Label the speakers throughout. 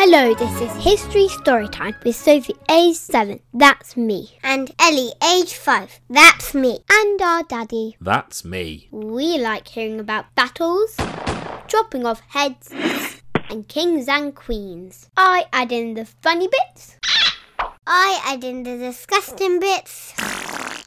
Speaker 1: Hello, this is History Storytime with Sophie, age 7. That's me.
Speaker 2: And Ellie, age 5. That's me.
Speaker 1: And our daddy.
Speaker 3: That's me.
Speaker 1: We like hearing about battles, dropping off heads, and kings and queens. I add in the funny bits,
Speaker 2: I add in the disgusting bits.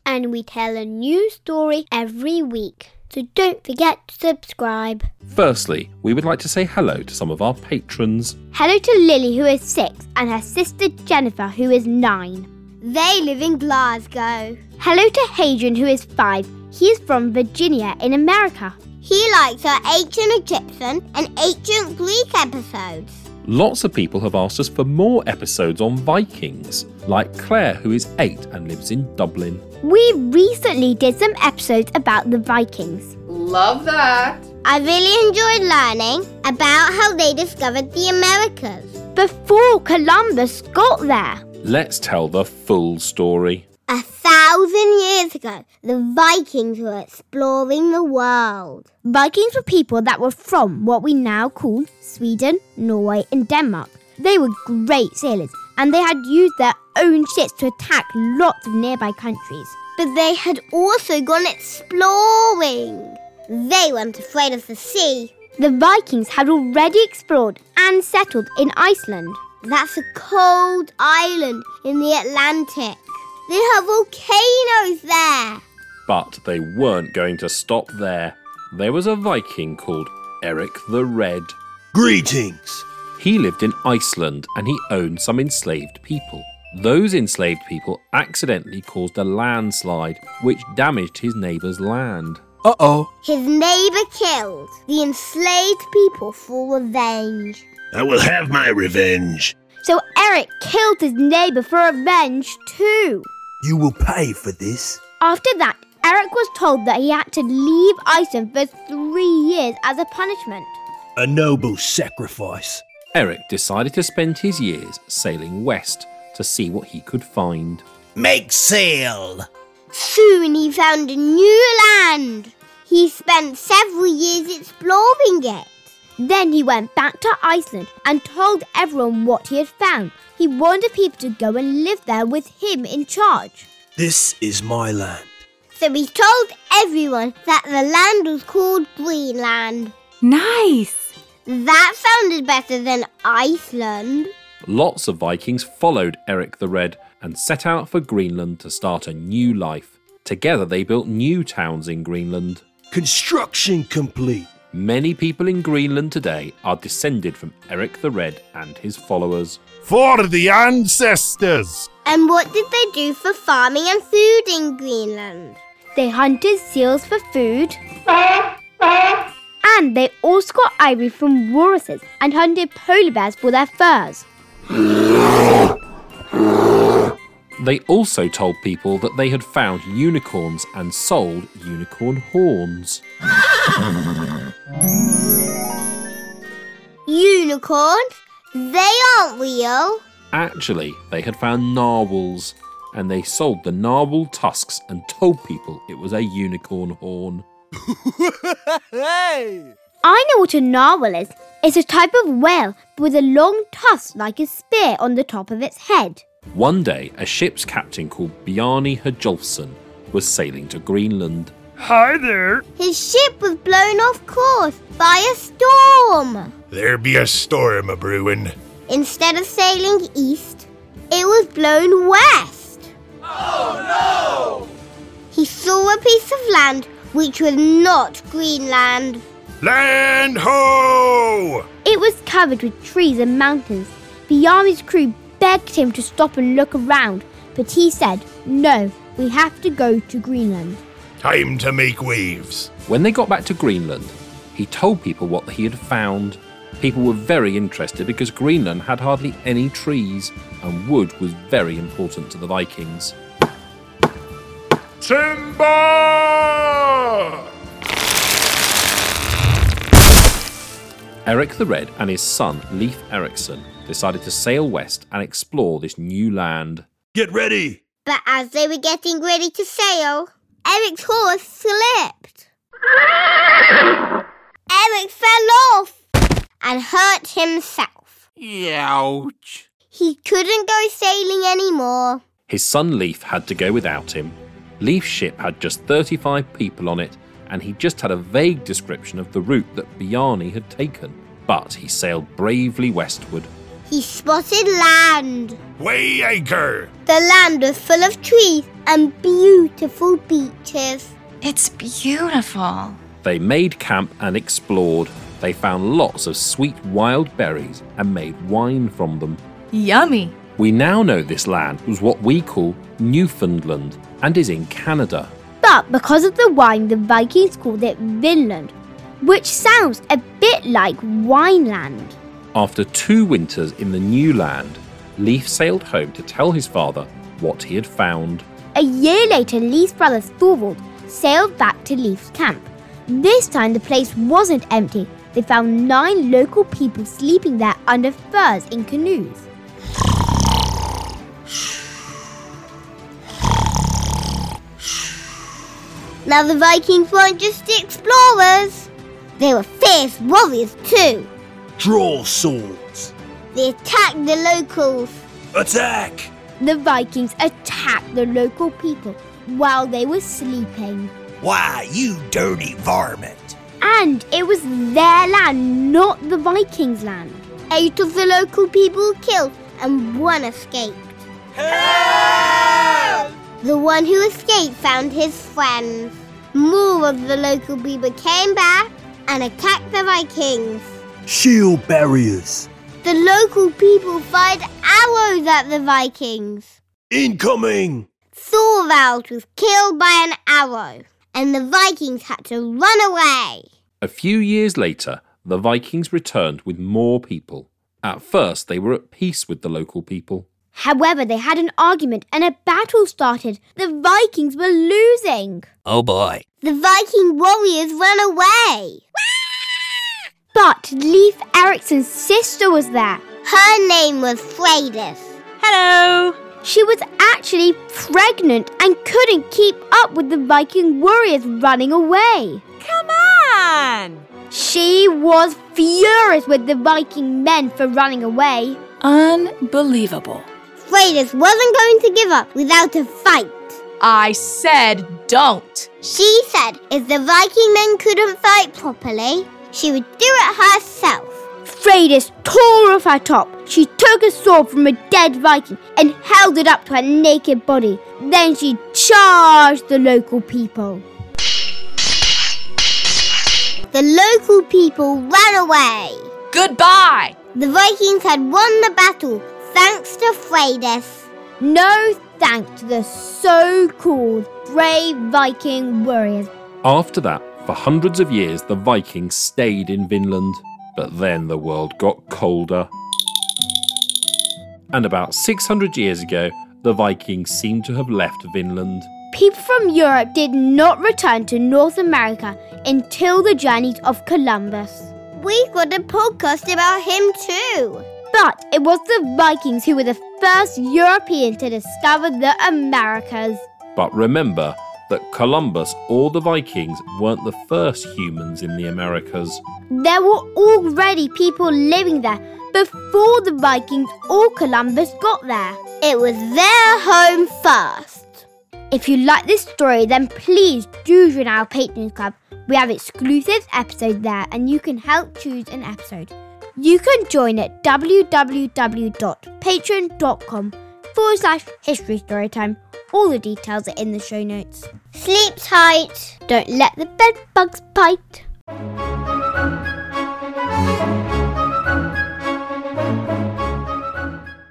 Speaker 1: and we tell a new story every week. So don't forget to subscribe.
Speaker 3: Firstly, we would like to say hello to some of our patrons.
Speaker 1: Hello to Lily, who is six, and her sister Jennifer, who is nine.
Speaker 2: They live in Glasgow.
Speaker 1: Hello to Hadrian, who is five. He is from Virginia in America.
Speaker 2: He likes our ancient Egyptian and ancient Greek episodes.
Speaker 3: Lots of people have asked us for more episodes on Vikings, like Claire, who is eight and lives in Dublin.
Speaker 1: We recently did some episodes about the Vikings.
Speaker 4: Love that.
Speaker 2: I really enjoyed learning about how they discovered the Americas.
Speaker 1: Before Columbus got there,
Speaker 3: Let's tell the full story.
Speaker 2: A thousand years ago, the Vikings were exploring the world.
Speaker 1: Vikings were people that were from what we now call Sweden, Norway, and Denmark. They were great sailors and they had used their own ships to attack lots of nearby countries.
Speaker 2: But they had also gone exploring. They weren't afraid of the sea.
Speaker 1: The Vikings had already explored and settled in Iceland.
Speaker 2: That's a cold island in the Atlantic. They have volcanoes there.
Speaker 3: But they weren't going to stop there. There was a Viking called Eric the Red.
Speaker 5: Greetings.
Speaker 3: He lived in Iceland and he owned some enslaved people. Those enslaved people accidentally caused a landslide which damaged his neighbour's land.
Speaker 5: Uh oh.
Speaker 2: His neighbour killed the enslaved people for revenge.
Speaker 5: I will have my revenge.
Speaker 1: So Eric killed his neighbour for revenge too.
Speaker 5: You will pay for this.
Speaker 1: After that, Eric was told that he had to leave Iceland for three years as a punishment.
Speaker 5: A noble sacrifice.
Speaker 3: Eric decided to spend his years sailing west to see what he could find.
Speaker 5: Make sail.
Speaker 2: Soon he found a new land. He spent several years exploring it.
Speaker 1: Then he went back to Iceland and told everyone what he had found. He wanted people to go and live there with him in charge.
Speaker 5: This is my land.
Speaker 2: So he told everyone that the land was called Greenland.
Speaker 6: Nice!
Speaker 2: That sounded better than Iceland.
Speaker 3: Lots of Vikings followed Eric the Red and set out for Greenland to start a new life. Together they built new towns in Greenland.
Speaker 5: Construction complete.
Speaker 3: Many people in Greenland today are descended from Eric the Red and his followers.
Speaker 7: For the ancestors!
Speaker 2: And what did they do for farming and food in Greenland?
Speaker 1: They hunted seals for food. And they also got ivory from walruses and hunted polar bears for their furs.
Speaker 3: They also told people that they had found unicorns and sold unicorn horns.
Speaker 2: Unicorns? They aren't real.
Speaker 3: Actually, they had found narwhals, and they sold the narwhal tusks and told people it was a unicorn horn.
Speaker 1: I know what a narwhal is. It's a type of whale with a long tusk like a spear on the top of its head.
Speaker 3: One day, a ship's captain called Bjarni Hjolfsson was sailing to Greenland.
Speaker 7: Hi there!
Speaker 2: His ship was blown off course by a storm.
Speaker 7: There be a storm a brewing.
Speaker 2: Instead of sailing east, it was blown west. Oh no! He saw a piece of land which was not Greenland.
Speaker 7: Land ho!
Speaker 1: It was covered with trees and mountains. Biyami's crew begged him to stop and look around, but he said, No, we have to go to Greenland.
Speaker 7: Time to make waves.
Speaker 3: When they got back to Greenland, he told people what he had found. People were very interested because Greenland had hardly any trees, and wood was very important to the Vikings.
Speaker 7: Timber!
Speaker 3: Eric the Red and his son, Leif Erikson, decided to sail west and explore this new land.
Speaker 5: Get ready.
Speaker 2: But as they were getting ready to sail, Eric's horse slipped. Eric fell off and hurt himself.
Speaker 4: Youch.
Speaker 2: He couldn't go sailing anymore.
Speaker 3: His son Leif had to go without him. Leif's ship had just 35 people on it, and he just had a vague description of the route that Biani had taken. But he sailed bravely westward.
Speaker 2: He spotted land.
Speaker 7: Way anchor!
Speaker 2: The land was full of trees and beautiful beaches.
Speaker 6: It's beautiful.
Speaker 3: They made camp and explored. They found lots of sweet wild berries and made wine from them.
Speaker 6: Yummy.
Speaker 3: We now know this land was what we call Newfoundland and is in Canada.
Speaker 1: But because of the wine, the Vikings called it Vinland, which sounds a bit like Wineland.
Speaker 3: After two winters in the new land, Leif sailed home to tell his father what he had found.
Speaker 1: A year later, Leif's brother Thorvald sailed back to Leif's camp. This time, the place wasn't empty. They found nine local people sleeping there under furs in canoes.
Speaker 2: Now the Vikings weren't just explorers. They were fierce warriors too.
Speaker 5: Draw swords.
Speaker 2: They attacked the locals.
Speaker 5: Attack!
Speaker 1: The Vikings attacked the local people while they were sleeping.
Speaker 5: Why, you dirty varmint!
Speaker 1: And it was their land, not the Vikings' land.
Speaker 2: Eight of the local people were killed and one escaped. The one who escaped found his friends. More of the local people came back and attacked the Vikings.
Speaker 5: Shield barriers.
Speaker 2: The local people fired arrows at the Vikings.
Speaker 5: Incoming!
Speaker 2: Thorvald was killed by an arrow, and the Vikings had to run away.
Speaker 3: A few years later, the Vikings returned with more people. At first, they were at peace with the local people.
Speaker 1: However, they had an argument and a battle started. The Vikings were losing.
Speaker 8: Oh boy.
Speaker 2: The Viking warriors ran away.
Speaker 1: But Leif Erikson's sister was there.
Speaker 2: Her name was Freydis.
Speaker 6: Hello.
Speaker 1: She was actually pregnant and couldn't keep up with the Viking warriors running away.
Speaker 6: Come on.
Speaker 1: She was furious with the Viking men for running away.
Speaker 9: Unbelievable.
Speaker 2: Freydis wasn't going to give up without a fight.
Speaker 9: I said don't.
Speaker 2: She said if the Viking men couldn't fight properly, she would do it herself.
Speaker 1: Freydis tore off her top. She took a sword from a dead Viking and held it up to her naked body. Then she charged the local people.
Speaker 2: The local people ran away.
Speaker 9: Goodbye.
Speaker 2: The Vikings had won the battle thanks to Freydis.
Speaker 1: No thanks to the so called brave Viking warriors.
Speaker 3: After that, for hundreds of years, the Vikings stayed in Vinland. But then the world got colder. And about 600 years ago, the Vikings seem to have left Vinland.
Speaker 1: People from Europe did not return to North America until the journeys of Columbus.
Speaker 2: We got a podcast about him too.
Speaker 1: But it was the Vikings who were the first European to discover the Americas.
Speaker 3: But remember that Columbus or the Vikings weren't the first humans in the Americas.
Speaker 1: There were already people living there before the Vikings or Columbus got there.
Speaker 2: It was their home first.
Speaker 1: If you like this story, then please do join our Patreon club. We have exclusive episodes there and you can help choose an episode. You can join at www.patreon.com forward slash history storytime. All the details are in the show notes.
Speaker 2: Sleep tight.
Speaker 1: Don't let the bed bugs bite.